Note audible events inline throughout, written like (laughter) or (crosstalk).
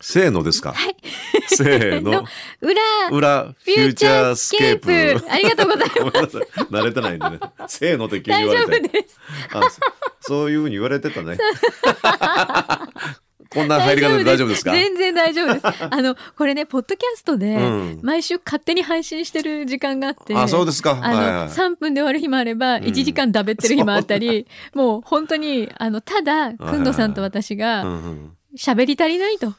せーのですか。はい。せ (laughs) ーの。裏、裏、フフュューーチチャャーーススケケーーププ。ありがとうございますごめんなさい。慣れてないんでね。せーの (laughs) って急に大言わ丈れ夫て。です。あそそういうふうに言われてたね。 (laughs) こんな入り方で大丈夫ですか全然大丈夫です。 (laughs) あの、これね、ポッドキャストでうん、毎週勝手に配信してる時間があって。あ、そうですか。はいあはの、い。 3分で終わる日もあれば、1時間だべってる日もあったり、もう本当に、あの、ただ、くんどさんと私うが、んうん喋り足りないと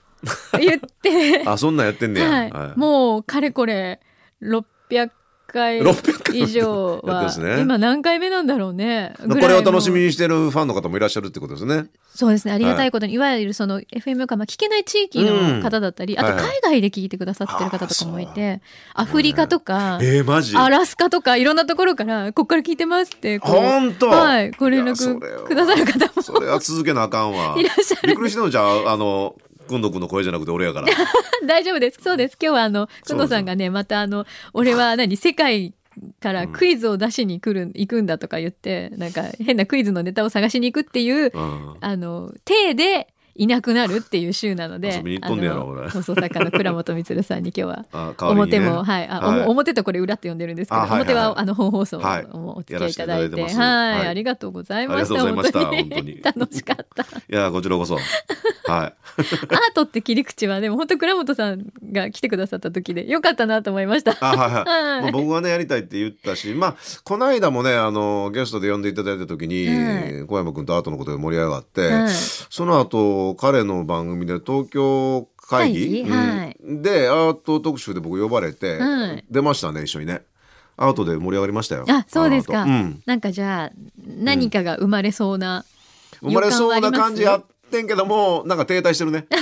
言って、 (laughs) あ、そんなんやってんねや。はい。もう、かれこれ、600回600回以上やってまはすね、今何回目なんだろうね。こぐられをいもう楽しみにしてるファンの方もいらっしゃるってことですね。そうですね。ありがたいことに、い、わゆるその FM がまあ聞けない地域の方だったり、うんあとはいはい海外で聞いてくださってる方とかもいて、アフリカとか、えー、マジアラスカとかいろんなところから、こっから聞いてますって、こう本当はい、ご連いやそれ絡はくださる方そもれは続けなあかんわ。いらっしゃびっる。 (laughs) くりしたのじゃあ、あの、くんどくんの声じゃなくて俺やから。大丈夫です。そうです。今日はあの、そくうんどさんがね、またあの、俺は何、世界、からクイズを出しに来る、行くんだとか言って、なんか変なクイズのネタを探しに行くっていううんあの、手でいなくなるっていう週なので、遊びに行っとんねやろあの俺。放送作家の倉本光さんに今日はあ代わり表にねも、はい、あ、おも表とこれ裏って呼んでるんですけど、あはいはい表はあの本放送をはいお付き合いいただいて、はいやらせていただいてますはいありがとうございました。ありがとうございました本当に本当に (laughs) 楽しかった。いや、こちらこそ。はい。アートって切り口はでも本当倉本さんが来てくださった時で良かったなと思いました。あはいはいはい (laughs) まあ、僕はねやりたいって言ったしまあこの間もねあのゲストで呼んでいただいた時に、はい小山君とアートのことで盛り上がって、はいその後彼の番組で東京会議会議はいうんでアート特集で僕呼ばれて、はい出ましたね一緒にねアートで盛り上がりましたよあ、そうですか。あの後うん、なんかじゃあ、何かが生まれそうな。生まれそうな感じ予感はやありっまてんけどもなんか停滞してるねまあ、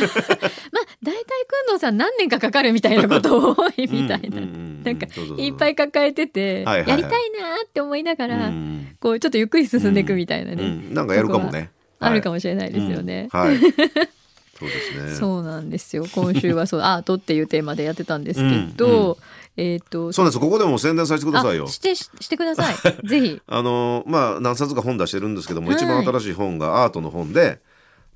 大体くんのさん何年かかかるみたいなことを多い (laughs) みたいな。うんうんうんうんなんかそうそうそういっぱい抱えてて、はいはいはいやりたいなーって思いながうら、んこうちょっとゆっくり進んでいくみたいなうね、ん、なんかやるかもねあるかももしれないですよね。はい、 (laughs) うんはいそうですねそうなんですよ。今週は (laughs) そうアートっていうテーマでやってたんですけど、うんうえっ、と、そうなんですここでも宣伝させてくださいよあしてししてくださ (laughs) い。ぜひ。あのまあ何冊か本出してるんですけども、はい一番新しい本がアートの本で「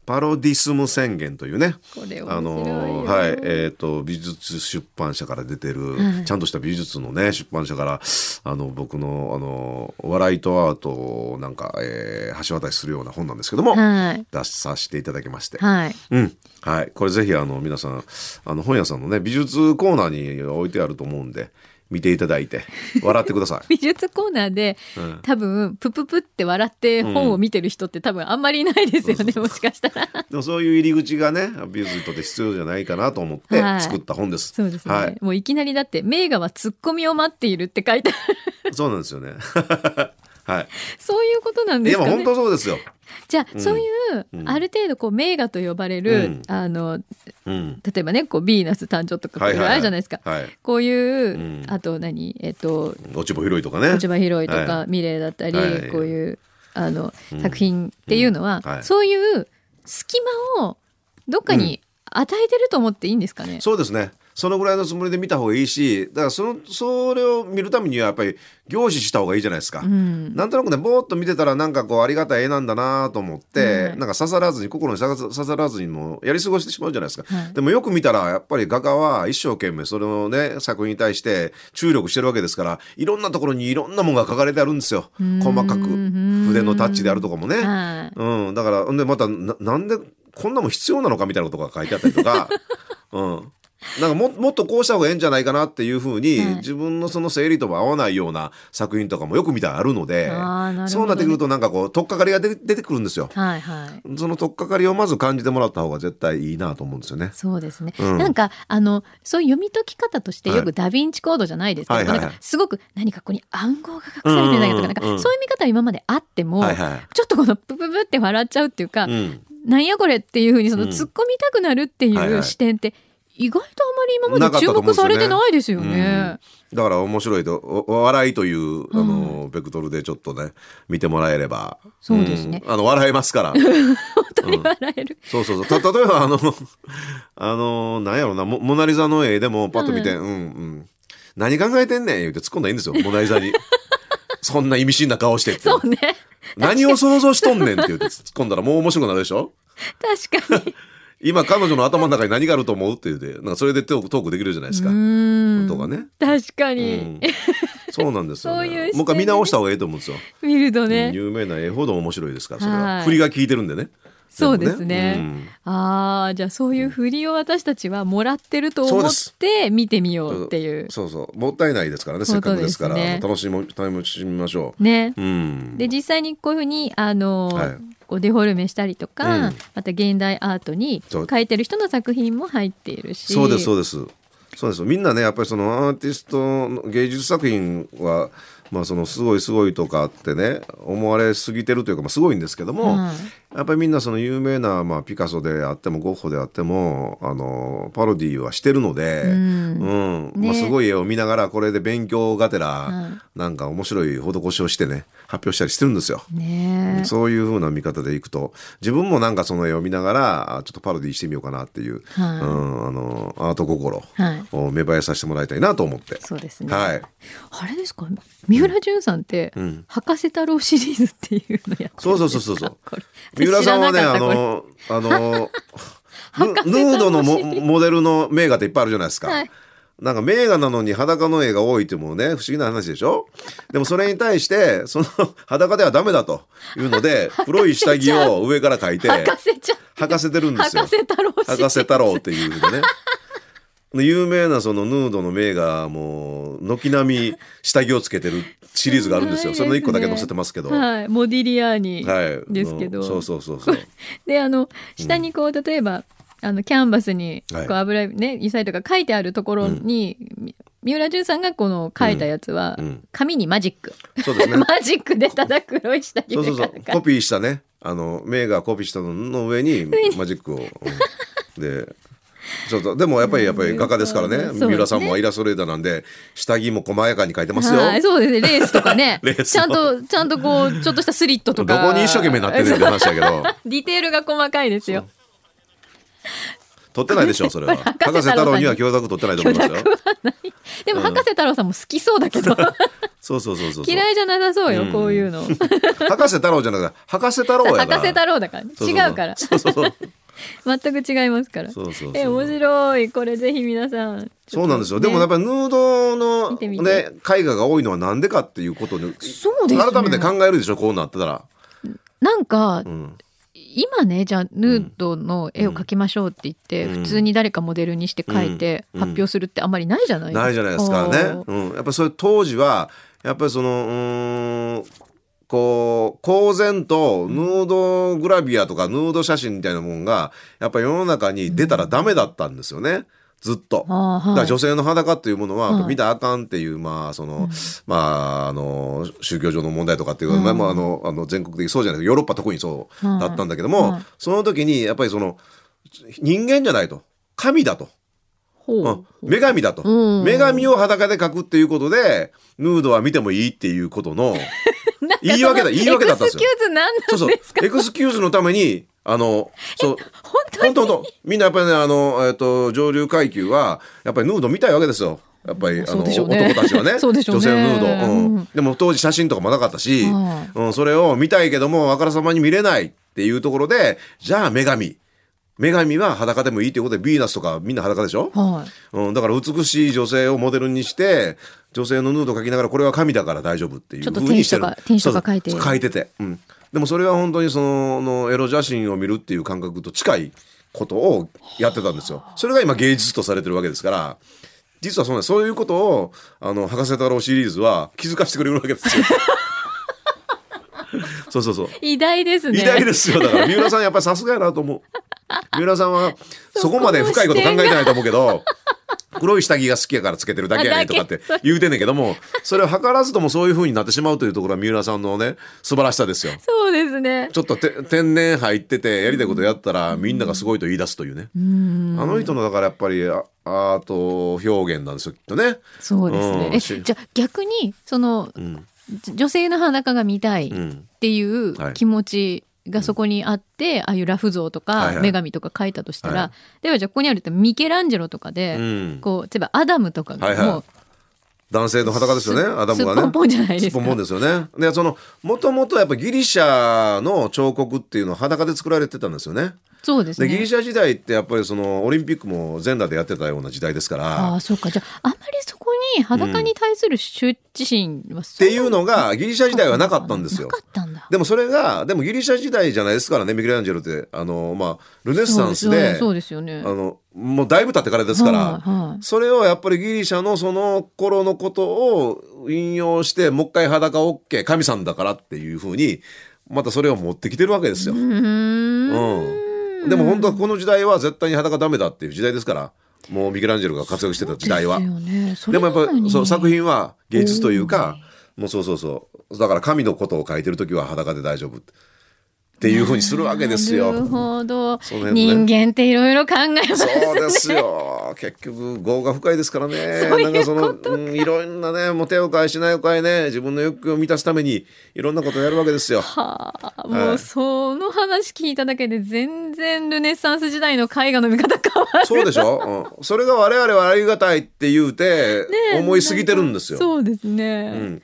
パロディスム宣言」というねこれ面白いよあのはいえー、と美術出版社から出てる、はいちゃんとした美術のね出版社からあの僕のあの笑いとアートをなんか、えー橋渡しするような本なんですけども、はい。出させていただきまして、はい。うんはい、これぜひあの皆さんあの本屋さんのね美術コーナーに置いてあると思うんで見ていただいて笑ってくださ (laughs) い。美術コーナーで、うん多分、プププって笑って本を見てる人って多分あんまりいないですよね、もしかしたら。 (laughs) でもそういう入り口がね美術にとって必要じゃないかなと思ってはい作った本です。そうですね、はい、もういきなりだって名画はツッコミを待っているって書いてあるそうなんですよね。 (laughs) はそういうことなんい。でですもか本ね当そうですよ。じゃあ、うんそういう、うんある程度こう名画と呼ばれる、うんあのうん。例えばねこうヴィーナス誕生とかこうはいいろいろはいはいあるじゃないですか、はい。こういう、うんあと何えっと落ち葉広いとかね。立場広いとか、はミレーだったり、はいこういうあのうん作品っていうのは、うんはいそういう隙間をどっかに与えてると思っていいんですかね、そうですね。そのぐらいのつもりで見た方がいいし、だからそのそれを見るためにはやっぱり凝視した方がいいじゃないですか。うんなんとなくねぼーっと見てたらなんかこうありがたい絵なんだなと思って、はいなんか刺さらずに心に刺さ刺さらずにもうやり過ごしてしまうじゃないですか、はいでもよく見たらやっぱり画家は一生懸命それをね作品に対して注力してるわけですからいろんなところにいろんなものが書かれてあるんですようん細かく筆のタッチであるとかもね、はいうん、だからんでまたななんでこんなもん必要なのかみたいなことが書いてあったり (laughs) とか、うん、なんかももっとこうした方がええんじゃないかなっていうふうに、はい自分のその整理とも合わないような作品とかもよく見たらあるのであーなるほどねそうなってくるとなんかこう取っかかりが出て出てくるんですよ。はいはいその取っかかりをまず感じてもらった方が絶対いいなと思うんですよね。そうですね、うんなんかあのそういう読み解き方としてはいよくダ・ヴィンチコードじゃないですけど、はいはいはいなんかすごく何かここに暗号が隠されてるんだけどとか,、うんうんうんうんなんかそういう見方は今まであっても、はいはちょっとこのプププって笑っちゃうっていうか、い。うん。なんやこれっていうふうにそうのん突っ込みたくなるっていはいはいう視点って意外とあまり今なまかっでた注と思うんで目すよさねれてないですよね。だから面白いとおお笑いというあの、ベクトルでちょっとね見てもらえればそうですねんあの笑えま (laughs) すから。本当に笑える。そうそうそう。た、例えばあの、あの、なんやろな、モモナリザの絵でもパッと見て、うん、うん、何考えてんねん言うて突っ込んだらいいんですよ、モナリザに。 (laughs) そんな意味深な顔してって。そうね。何を想像しとんねんって言うて突っ込んだらもう面白くなるでしょ確かに。今彼女の頭の中に何があると思うって言うて、なんかそれでトークトークできるじゃないですか。うんとかね。確かうに、ん、そうなんですよ、そういね。う視点でねもう一回見直した方がいいと思うんですよ。見るとね、うん有名な絵ほど面白いですから、それは。はい振りが効いてるんでね。そうですね全部うんああじゃあそういう振りを私たちはもらってると思っそて見てみようっていうそうそうもったいないですからねせっかくですから本当ですね楽しも楽しみましょねう。うん、で実際にこういうふうにあの、はいこうデフォルメしたりとか、うんまた現代アートにそう描いてる人の作品も入っているしそうですそううですそうですみんなねやっぱりそのアーティストの芸術作品はまあそのすごいすごいとかってね思われすぎてるというか、まあ、すごいんですけども、うんやっぱりみんなその有名な、まあ、ピカソであってもゴッホであってもあのパロディーはしてるので、うんねまあ、すごい絵を見ながらこれで勉強がてはらなんか面白い施しをしてね発表したりしてるんですよ。ねえそういう風な見方でいくと自分もなんかその絵を見ながらあちょっとパロディしてみようかなっていう、はいうん、あのアート心はいを芽生えさせてもらいたいなと思って、そうですね、はい、あれですか三浦淳さんって、ん博士太郎シリーズっていうのやってるんですかそうそうそうそうそうこれ三浦さんはね知らなあかったこれのあ (laughs) のヌ博士ヌードの楽モしみモデルの名画っていっぱいあるじゃないですか。はいなんか名画なのに裸の絵が多いってもうね不思議な話でしょでもそれに対してその裸ではダメだという (laughs) ので黒い下着を上から描いて博士ちゃん履かせてるんですよ博士太郎シリーズ博士太郎っていうのね。で有名なそのヌードの名画も軒並み下着をつけてるシリーズがあるんですよ。すそごいですねれの一個だけ載せてますけど。はい。はい、モディリアーニ、ですけどそうそうそうそう。であの下にこう例えば、あのキャンバスにこはいう油絵ね油彩とか書いてあるところに、み三浦淳さんがこの書いたやつは、うん紙にマジック、 (laughs) そうですね。マジックでただ黒い下着でそう書そういそたう。コピーしたね。あの名画コピーしたのの (laughs) 上にマジックを。うんで。そうそうでもやっぱりやっぱり画家ですからそうねですね三浦さんもイラストレーターなんで下着も細やかに描いてますよ。はい、そうですねレースとかね (laughs) レースちゃんとちゃんとこうちょっとしたスリットどとかこに一生懸命なってる (laughs) って話だけど。ディテールが細かいですよ撮ってないでしょそ (laughs) れは博博士士太太郎郎ににはは許諾取ってないと思いますよでも博士太郎さんも好きそうだけどそうそうそうそうそう (laughs) 嫌いじゃなさそうよ、うんこういうの博士太郎じゃなくて博士太 (laughs) 郎博やから士太郎だから、ね、そうそうそう違うからそうそうそう全く違いますからそうそうそう (laughs) え面白いこれぜひ皆さんそうなんですよ、でもやっぱりヌードの見てみてね絵画が多いのはなんでかっていうことにそうですね改めて考えるでしょこうなってたら、なんかうん、今ねじゃあヌードの絵を描きましょうって言って、うん普通に誰かモデルにして描いてうん発表するってあんまりないじゃないですか、ないじゃないですかね、うん、やっぱそれ当時はやっぱりそのうーんこう公然とヌードグラビアとかヌード写真みたいなもんがやっぱ世の中に出たらダメだったんですよねずっと。あーだかはらい女性の裸っていうものははいやっぱ見たらあかんっていう、まあその、まああの宗教上の問題とかっていう、うんまあまああのあの全国的にそうじゃないですかヨーロッパ特にそうはいだったんだけども、はいその時にやっぱりその人間じゃないと神だと、ほううん、女神だと、うん女神を裸で描くっていうことでヌードは見てもいいっていうこ (laughs) となのんかその言い訳だ言い訳だったんエでクスすキよューズなんそうなそんうですかエクスキューズのためにあのそう本当本当本当みんなやっぱりねあの、えっと上流階級はやっぱりヌード見たいわけですよやっぱりあそうの、でしょうね男たちはねそうでしょうね女性のヌード、うんうんでも当時写真とかもなかったし、はうん、それを見たいけどもあからさまに見れないっていうところでじゃあ女神女神は裸でもいいということでヴィーナスとかみんな裸でしょ、はいうん、だから美しい女性をモデルにして女性のヌードを描きながらこれは神だから大丈夫っていうちょっとふうにしてる天使とか天使とか描いてそうそう描いてて、うん、でもそれは本当にそののエロ写真を見るっていう感覚と近いことをやってたんですよそれが今芸術とされてるわけですから実はそのそういうことをあの博士太郎シリーズは気づかせてくれるわけで (laughs) すよそうそうそう偉大ですね偉大ですよだから三浦さんやっぱりさすがやなと思う三浦さんはそこまで深いこと考えてないと思うけど黒い下着が好きやからつけてるだけやねとかって言うてんねんけどもそれを図らずともそういう風になってしまうというところは三浦さんのね素晴らしさですよそうですねちょっとて天然入っててやりたいことやったらみんながすごいと言い出すというねあの人のだからやっぱりあアート表現なんですよきっとねそうですねう。んえ、しじゃあ逆にそのうんじ女性の裸が見たいっうんていうはい気持ちがそこにあって、ああいうラフ像とはかいはい女神とか書いたとしたら、はではじゃあここにあるってミケランジェロとかで、うんこう例えばアダムとかはいはいがもう男性の裸ですよねアダムがすねっぽんぽんじゃないですかすっぽんぽんですよねでそのもともとやっぱギリシャの彫刻っていうのは裸で作られてたんですよねそうですでギねリシャ時代ってやっぱりそのオリンピックも全裸でやってたような時代ですからああそうかじゃああんまりそこに裸に対する羞恥心はっっていうのがギリシャ時代はなかったんですよなかったんだでもそれがでもギリシャ時代じゃないですからねミケランジェロってあのまあルネッサンスでそうですよねあのもうだいぶ経ってからですから、はいはいそれをやっぱりギリシャのその頃のことを引用してもう一回裸 OK 神さんだからっていうふうにまたそれを持ってきてるわけですよう。ーんでも本当はこの時代は絶対に裸ダメだっていう時代ですからもうミケランジェロが活躍してた時代は。そでうですよねそれもやっぱなのにりそう作品は芸術というかもうそうそうそうだから神のことを書いてる時は裸で大丈夫っていうふうにするわけですよ。なるほど、その辺人もね間っていろいろ考え (laughs) ますねそうですよ。結局、業が深いですからね。ういうなんかその、うんいろんなね、もう手を変え品を変えね、自分の欲求を満たすために、いろんなことをやるわけ (laughs) ですよ。はあ、はもいうその話聞いただけで全然ルネサンス時代の絵画の見方変わるそうでしょ、うん、それが我々はありがたいって言うて、思いすぎてるんですよ。そうですね、うん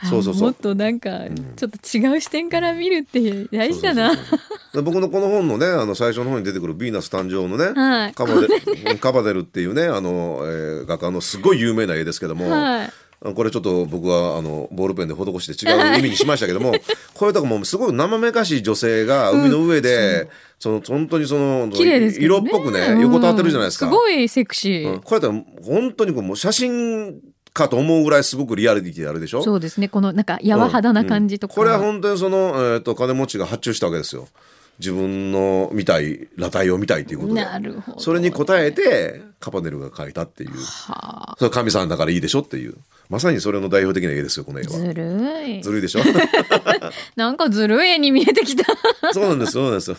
あそうそうそうもっとなんかちょっと違う視点から見るって大事だな (laughs) そうそうそうで僕のこの本のねあの最初の方に出てくる「ヴィーナス誕生」のね、はいカバデうんカバデルっていうねあの、えー画家のすごい有名な絵ですけども、はいこれちょっと僕はあのボールペンで施して違う意味にしましたけ (laughs) ども、これとかもうすごい生めかしい女性が海の上で、その本当にその綺麗ですけ色どっねぽくね横たわってるじゃないですか。うんすごいセクシうー、んこれだと本当にこうもう写真かと思うぐらいすごくリアリティであるでしょそうですねこのなんか柔肌な感じとか、これは本当にその、えー、と金持ちが発注したわけですよ自分の見たい裸体を見たいということでなるほどそれに応えてカパネルが描いたっていうはあそれは神さんだからいいでしょっていうまさにそれの代表的な絵ですよこの絵はずるいずるいでしょ (laughs) なんかずるい絵に見えてきたそうなんですそうなんですよ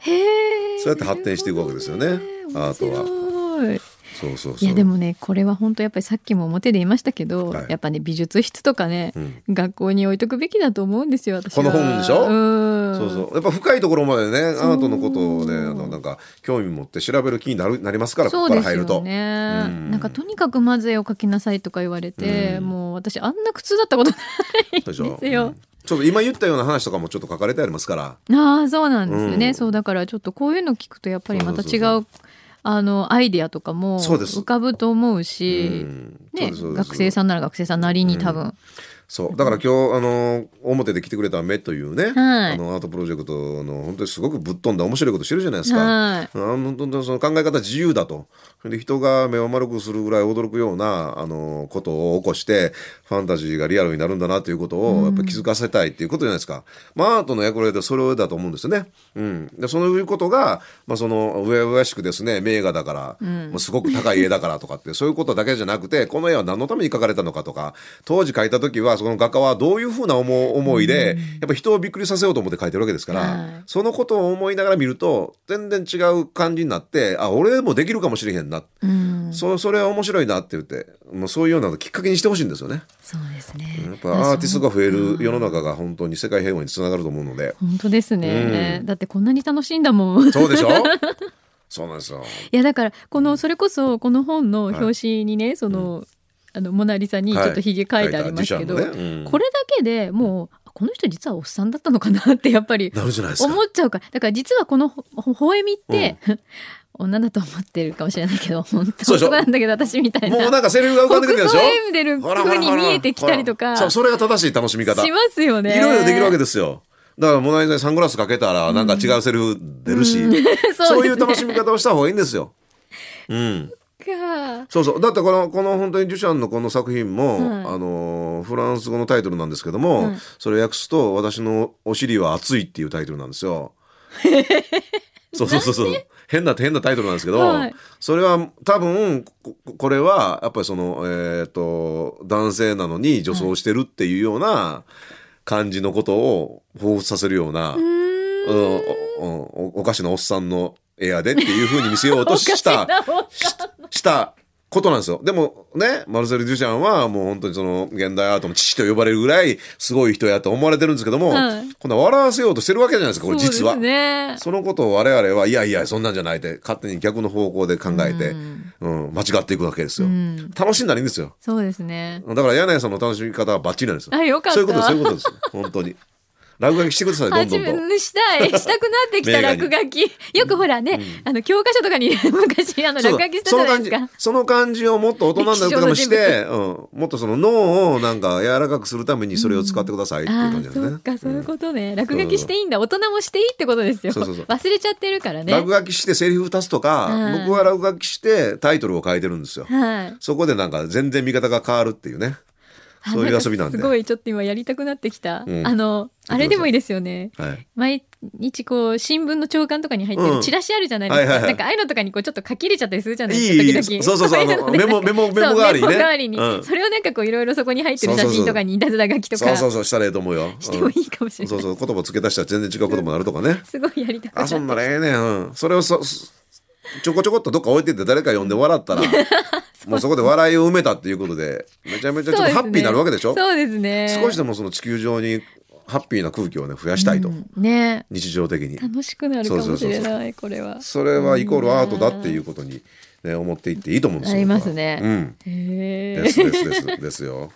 へえそうやって発展していくわけですよねアートははそうそうそういやでもねこれは本当やっぱりさっきも表で言いましたけど、はいやっぱね美術室とかね、ん学校に置いとくべきだと思うんですよ私はこの本でしょうんそうそうやっぱ深いところまでねアそうートのことをねあのなんか興味持って調べる気になるなりますからこそこうからです入よると、ね、うんなんかとにかくまず絵を描きなさいとか言われて、うんもう私あんな苦痛だったことないんでそうでしすょ、うよん。ちょっと今言ったような話とかもちょっと書かれてありますからああそうなんですよね、うんそうだからちょっとこういうの聞くとやっぱりまたそうそ違うそうあのアイディアとかもそうです浮かぶと思うし。うんそうねですそう、です学生さんなら学生さんなりに多分、そうだから今日あの表で来てくれた「目」というはね、いあのアートプロジェクトの本当にすごくぶっ飛んだ面白いことしてるじゃないですか。はいあの本当にその考え方自由だとで人が目を丸くするぐらい驚くようなあのことを起こしてファンタジーがリアルになるんだなということをやっぱ気づかせたいっていうことじゃないですか、まあ、アートの役割でそれだと思うんですよね。うん、でそういうことが、まあ、その上々しくですね名画だから、もうすごく高い絵だからとかってそういうことだけじゃなくてこの絵は何のために描かれたのかとか当時描いた時はその画家はどういうふうな思う思いで、やっぱ人をびっくりさせようと思って描いてるわけですから、はいそのことを思いながら見ると全然違う感じになってあ俺もできるかもしれへんな、うん、そそれは面白いなって言ってもうそういうようなのきっかけにしてほしいんですよね。そうですね。やっぱアーティストが増える世の中が本当に世界平和につながると思うので本当ですね、だってこんなに楽しいんだもん。い (laughs) そうでしょそうなんですよ。やだからこのそれこそこの本の表紙にね、その、あのモナリザにちょっとひげ描いてありますけど、はい書いた自社のねうんこれだけでもうこの人実はおっさんだったのかなってやっぱりなるじゃないですか。思っちゃうからだから実はこのほ (laughs) ほ微笑みって、 (laughs) 女だと思ってるかもしれない (laughs) けど本当そうでしょ男なんだけど私みたいな。もうなんかセリフが浮かんでくるでしそうょいう意味でるほらほ風らにほら見えてきたりとほらかそうそれが正しい楽しみ方しますよね。いろいろできるわけでですよだからモナリザにサングラスかけたらなんか違うセリフ出るし、すね (laughs) そういう楽しみ方をした方がいいんですよ。うん、か。そうそうだってこのこの本当にデュシャンのこの作品も、はいあのーフランス語のタイトルなんですけども、はいそれを訳すと「私のお尻は熱い」っていうタイトルなんで (laughs) すよ。そうそうそうそう変な変なタイトルなんですけど、はいそれは多分ここれはやっぱりその、えー、と男性なのに女装してるっていうような感じのことを彷彿させるような、うんおおおかしなおっさんのエアでっていうふうに見せようとした。ししたことなんですよ。でもね、マルセル・デュシャンはもう本当にその現代アートの父と呼ばれるぐらいすごい人やと思われてるんですけども、はいこんな笑わせようとしてるわけじゃないですか、これ実は。そうですね。そのことを我々はいやいやそんなんじゃないって勝手に逆の方向で考えて、うんうん、間違っていくわけですよ、うん楽しんだらいいんですよそうですね。だから柳井さんの楽しみ方はバッチリなんですよあよかったそういうことですそういうことです本当に落書きしてくださいどんど初んとめにしたい。したくなって (laughs) きた名画に落書き。よくほらね、あの、教科書とかに昔、あの、そ落うだ書きしたじゃないですその感かじ。その感じをもっと大人になること (laughs) もして、うん、もっとその脳をなんか柔らかくするためにそれを使ってくださいっていうあ感あじですね、そっか、そういうことね。落書きしていいんだ。大人もしていいってことですよ。そうそうそう忘れちゃってるからね。落書きしてセリフ足すとか、うん僕は落書きしてタイトルを変えてるんですよはい。そこでなんか全然見方が変わるっていうねあそういう遊びなんでかすごい、ちょっと今やりたくなってきた。うんあの、あれでもいいですよね。はい毎日こう新聞の朝刊とかに入ってうんるチラシあるじゃないですか、はいはいはないんかああいうのとかにこうちょっと書き入れちゃったりするじゃないいいですか時々そうそうそ (laughs) ういのであのメモなんかメモメモ代わりにそうねメモ代わりにうんそれをなんかこういろいろそこに入ってるそう写そうそ真うとかにいたずら書きとかそうそうそうしたらええと思うよ、うんしてもいいかもしれない、そうそう言葉付け出したら全然違うこともなるとかねすごいやりたくなあっそんたならええねん、うん、それをそそちょこちょこっとどっか置いてって誰か呼んで笑 (laughs) ったらもうそこで笑いを埋めたっていうことでめちゃめちゃちょっとハッピーになるわけでしょそうですね少しでももその地球上にハッピーな空気をね増やしたいと、ね日常的に楽しくなるかもしれないこれはそれはイコールアートだっていうことに、ね、思っていっていいと思うんですよありますねうんへですえですですですよ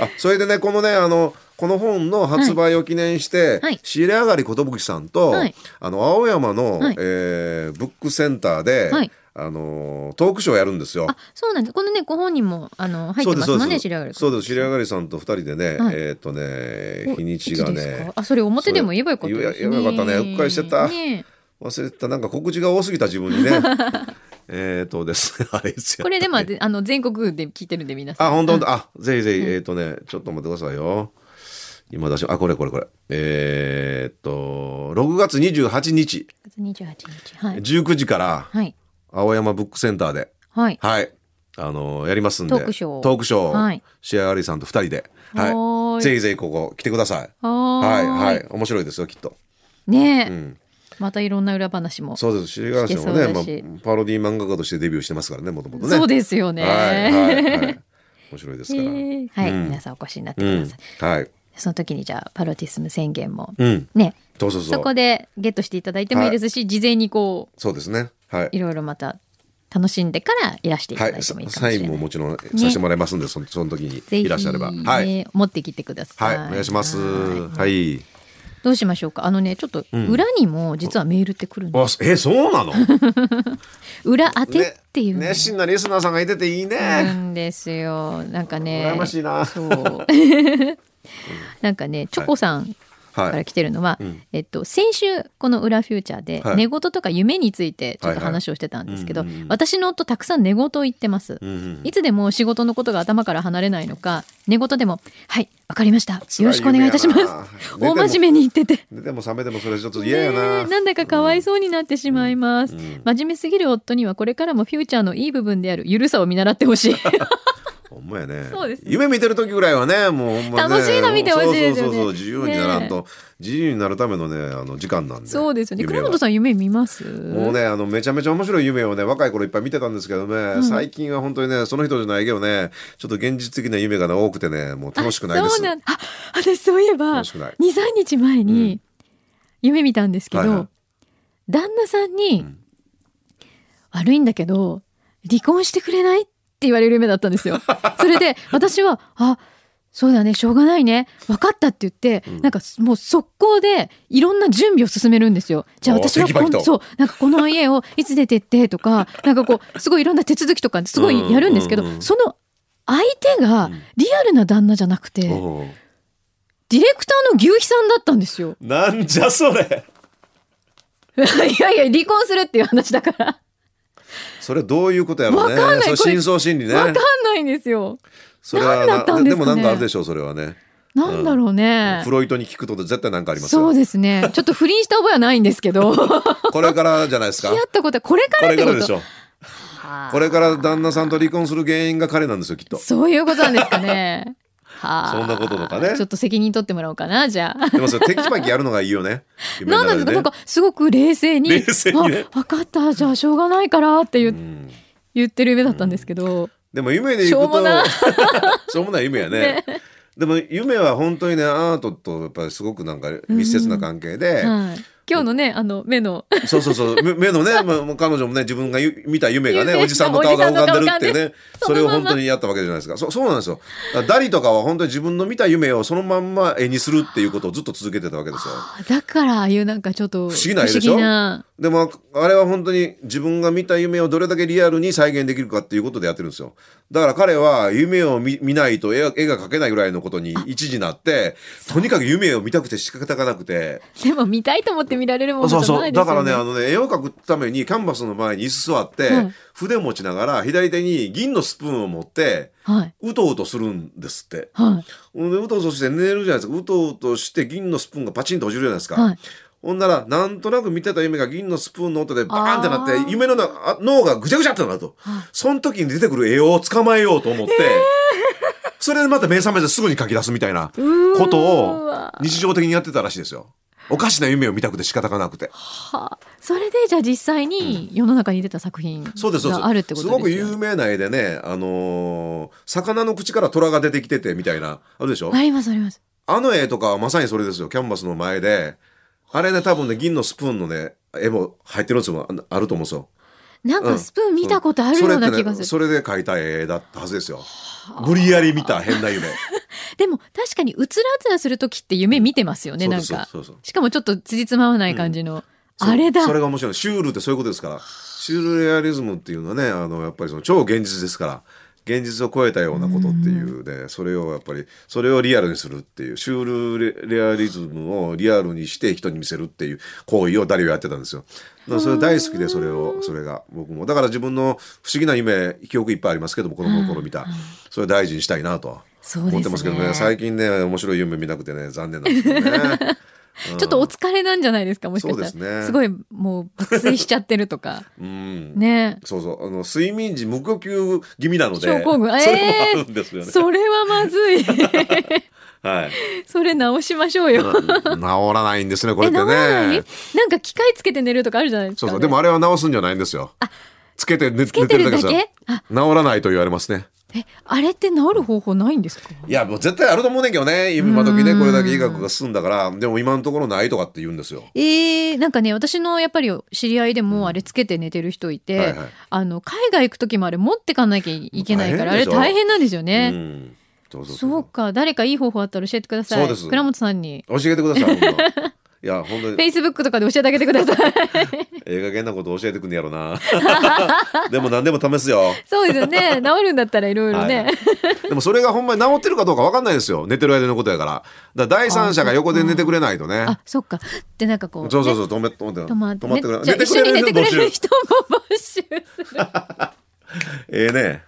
あそれでねこのねあのこの本の発売を記念して、はい仕入れ上がり寿さんと、はいあの青山の、はいえーブックセンターで、はいあのトークショーをやるんですよ。あそうなんですこのねご本人もあの入っそうてでますそすうもんでねす知り上がるそうです知り上がりさんと二人でね、はいえーっ、とねお日にちがいつですねかあそれ表でも言えばよかったですねそれ言えばよかったねうっかりしてたねえ忘れてたなんか告知が多すぎた自分 (laughs) にねえーっとです (laughs) ねあれですよこれでもああの全国で聞いてるんで皆さん。あ、本当本当。あ、ぜひぜひ、えっ、とね、ちょっと待ってくださいよ。今出し、あ、これこれこれ。えーっと、6月28日、二十八日。はい。 19時から、はい。青山ブックセンターで、はい。はい、あのやりますんで、トークショートークショーをはいシェアアリーさんと2人で、ははーい、いぜひぜひここ来てください。はーはい、いはい、面白いですよ、きっと。ねえ、うん、またいろんな裏話も。そうです、シリガーション聞けはそうね、だしまあ、パロディ漫画家としてデビューしてますからね、もともとね。そうですよね。はい、はい、はい。面白いですへから。ー (laughs) はい、うん皆さんお越しになってうくだんさい。、はい、その時にじゃあパロティスム宣言も、うん、ねそうそうそう。そこでゲットしていただいてもいいですし、事前にこそうですね。はういい。ろいろまた楽しんでからいらしていはただいい、てもいいかもサしれなインい。ももちろんさせてもらいますんで、そのそのぜ時にひいらっしゃれば、ねはい、持ってきてくださはいい。お願いします。はいはい。どうしましょうか。あのね、ちょっと裏にも実はメールってくるんですよあ、え、そうなの？裏当てっていうのねが熱心なリスナーさんがいてていいあるね。んですよ。なんかね。羨ましいなそう (laughs) なんかね、チョコさんかはらい。来てるのは、うんえっと先週この裏フューチャーではい寝言とか夢についてちょはっいとはい話をしてたんですけど、うんうんうん私の夫たくさん寝言を言ってます。うんうんいつでも仕事のことが頭から離れないのか寝言でも「はいわかりましたよろしくお願いいたします辛い夢やな」大真面目に言ってて寝ても覚めてもそれちょっと嫌やな。ねえなんだかかわいそうになってしまいます、うんうん真面目すぎる夫にはこれからもフューチャーのいい部分であるゆるさを見習ってほ (laughs) しいほんまやね。そうですね夢見てる時ぐらいはね、もうほんまね楽しいの見てほしいですよねそうそうそうそう自由にならんと、自由になるためのね、あの時間なんで。そうですよね夢倉は本さん夢見ますもうねあのめちゃめちゃ面白い夢をね若い頃いっぱい見てたんですけどね、最近は本当にねその人じゃないけどねちょっと現実的な夢が、ね、多くてねもう楽しくないですそうなんあ私そういえば楽しくない23日前に夢見たんですけど、はいはい旦那さんに、ん悪いんだけど離婚してくれない?」って言われる夢だったんです (laughs) よ。それで私は「あそうだねしょうがないね分かった」って言って、なんかもう速攻でいろんな準備を進めるんですよ。じゃあおー私はテキパこキとのそうなんかこの家をいつ出てってと (laughs) かなんかこうすごいいろんな手続きとかすごいやるんですけど、うんうんうんその相手がリアルな旦那じゃなくて、おうディレクターの牛肥さんだったんです (laughs) よ。なんじゃそれいやいや、離婚するっていう話だから。それどういうことやろうねわかんないそれこれ真相心理ねわかんないんですよ。それはなんだったんですかねもなんかあるでしょうそれはねなんだろうねフ。ロイトに聞くと絶対なんかありますそうよですね。ちょっと不倫した覚えはないんですけど、 (laughs) 付これからじゃないですき合かったことはこれかこらっれてかこらでしと。ょこれから旦那さんと離婚する原因が彼なんですよきっとそういうことなんですか (laughs) ね。はあ。そんなこととかねちょっと責任取ってもらおうかな、じゃあ。でもそれテキパキやるのがいいよね夢なのんなんです中か、なでねんかすごく冷静に。冷静にねあ、わかった、じゃあしょうがないからって言,、うん言ってる夢だったんですけど。でも夢でいくとしょうもな (laughs) しょうもない夢やねでも夢は本当にねアートとやっぱりすごくなんか密接な関係で、はい。今日のね、あの、目の。そうそうそう (laughs) 目目のね、まあ、もう彼女もね自分がゆ見た夢がね夢おじさんの顔が浮かんおでるっていじさんの顔が浮かんでうねるそれをそのま本んま当にやったわけじゃないですかそうそうなんですよだからダリとかは本当に自分の見た夢をそのまんま絵にするっていうことをずっと続けてたわけですよあだから、ああいうなんかちょっと、不思議な絵でしょ不思議なでもあれは本当に自分が見た夢をどれだけリアルに再現できるかっていうことでやってるんですよだから彼は夢を見見ないと絵が絵が描けないぐらいのことに一時なってとにかく夢を見たくて仕方がなくてでも見たいと思って見られるものじそうゃそなういですだよね。からねあのね絵を描くためにキャンバスの前に椅子座って、うん筆持ちながら左手に銀のスプーンを持ってはい。うとうとするんですってはい。ほんでうとうとして寝るじゃないですかうとうとして銀のスプーンがパチンと落ちるじゃないですか、はい。ほんならなんとなく見てた夢が銀のスプーンの音でバーンってなあっーて夢の中あ脳がぐちゃぐちゃってなるとはいその時に出てくる絵を捕まえようと思って、それでまた目覚めてすぐに書き出すみたいなうーことをわ日常的にやってたらしいですよおかしな夢を見たくて仕方がなくて。はあそれでじゃあ実際に世の中に出た作品そうですそうですがあるってことですすごよく有名な絵でね、あのー魚の口から虎が出てきててみたいなあるでしょ、ありますありますあの絵とかはまさにそれですよキャンバスの前であれね多分ね銀のスプーンのね絵も入ってるやつもああると思うんですよ。なんかスプーン見たことあるよそれっうてなね気がする、それで描いた絵だったはずですよ。無理やり見た変な夢。でも確かにうつらうつらする時って夢見てます (laughs) よね、そうなでんすかそうそうそうしかもちょっとつじつまわない感じの、あれだそれが面白いシュールってそういうことですからシュールレアリズムっていうのはねあのやっぱりその超現実ですから現実を超えたようなことっていうね、それをやっぱりそれをリアルにするっていうシュールレレアリズムをリアルにして人に見せるっていう行為を誰をやってたんですよだからそれ大好きでそれをそれが僕もだから自分の不思議な夢記憶いっぱいありますけども子供の頃見たそれを大事にしたいなとそう思でっすてねますけどね最近ね面白い夢見なくてね残念なんですけどねちょっとお疲れなんじゃないですかもしかしたらそうですねごいもう爆睡しちゃってるとかうんねそうそう、あの睡眠時無呼吸気味なので、症候群えーそれもあるんですよね。それはまず (laughs) い (laughs) はい。それ直しましょうよ治らないんですね、これえって直らないね。なんか機械つけて寝るとかあるじゃないですかそうそう、でもあれは治すんじゃないんですよ。つけて寝つけてるだけあ治らないと言われますね。えあれって治る方法ないんですかいや、もう絶対あると思うねんけどね、今時ね、うんこれだけ医学が進んだから、でも今のところないとかって言うんですよ。えー、なんかね私のやっぱり知り合いでもあれつけて寝てる人いて、はいはいあの海外行く時もあれ持ってかなきゃいけないからあれ大変でしょ大変なんですようね、ん。そうそうそうか誰かいい方法あったら教えてくださそいうです倉本さんに教えてください。ほ (laughs) んといや、本当にフェ。イスブックとかで教えてあげてください (laughs) ええ加減なこと教えてくんねやろな。 (laughs) でも何でも試すよ。そうですよね治るんだったらいろいろね、はいでもそれがほんまに治ってるかどうかわかんないですよ。寝てる間のことやから。だから第三者が横で寝てくれないとね。あそっかでなんかこうそうそううそう、止め、止めて、止まって止まってくれねじゃあ一緒に寝てくれる人も募集するええね。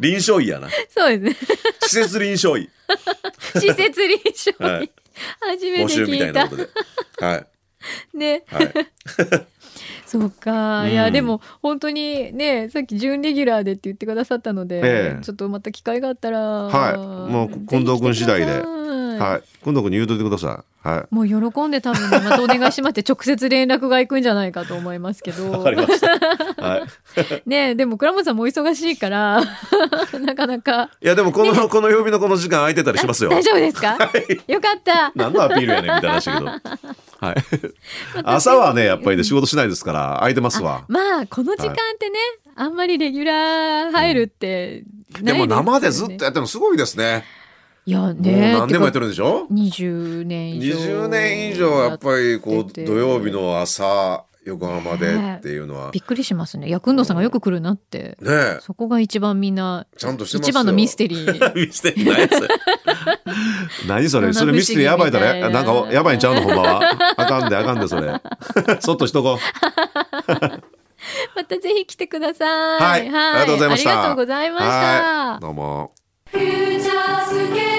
臨床医やな。 (laughs) そうですね施設臨床医。 (laughs) 施設臨床に、はい初め募て集みた聞いいなたことで。はい。ねはい。そうか、いやうんでも本当にねさっき準レギュラーでって言ってくださったので、ええちょっとまた機会があったらはいもう近藤君次第でぜひ来てくださいはい。今度こに言うといてください。はもう喜んで多分ねまたお願いしますって直接連絡が行くんじゃないかと思いますけい。ど (laughs) わかりました。はい。ねでも倉本さんもお忙しいから (laughs) なかなかいや、でもこの、この曜日のこの時間空いてたりし (laughs) ますよ。大丈夫ですか、よかった何のアピールやねんみたいな (laughs) 話だけど。はい。朝はね、やっぱりね、仕事しないですから、空いてますわ。まあこの時間ってね、あんまりレギュラー入るってないですよね、でも生でずっとやってるのすごいですね。いやもうね何年もやってるんでしょ20年以上20年以上やっぱりこうてて土曜日の朝横浜でっていうのはびっくりしますね薬んどさんがよく来るなってねえそこが一番みんなちゃんとしてますよ一番のミステリー (laughs) ミステリーなやつ何それそれミステリーやばいた七不思議みたらないんなかやばいんちゃうのほんまはあかんであかんでそれ (laughs) そっとしとこうまたぜひ来てくださいはいありがとうございましたありがとうございましたはいどうもフューチャースケープ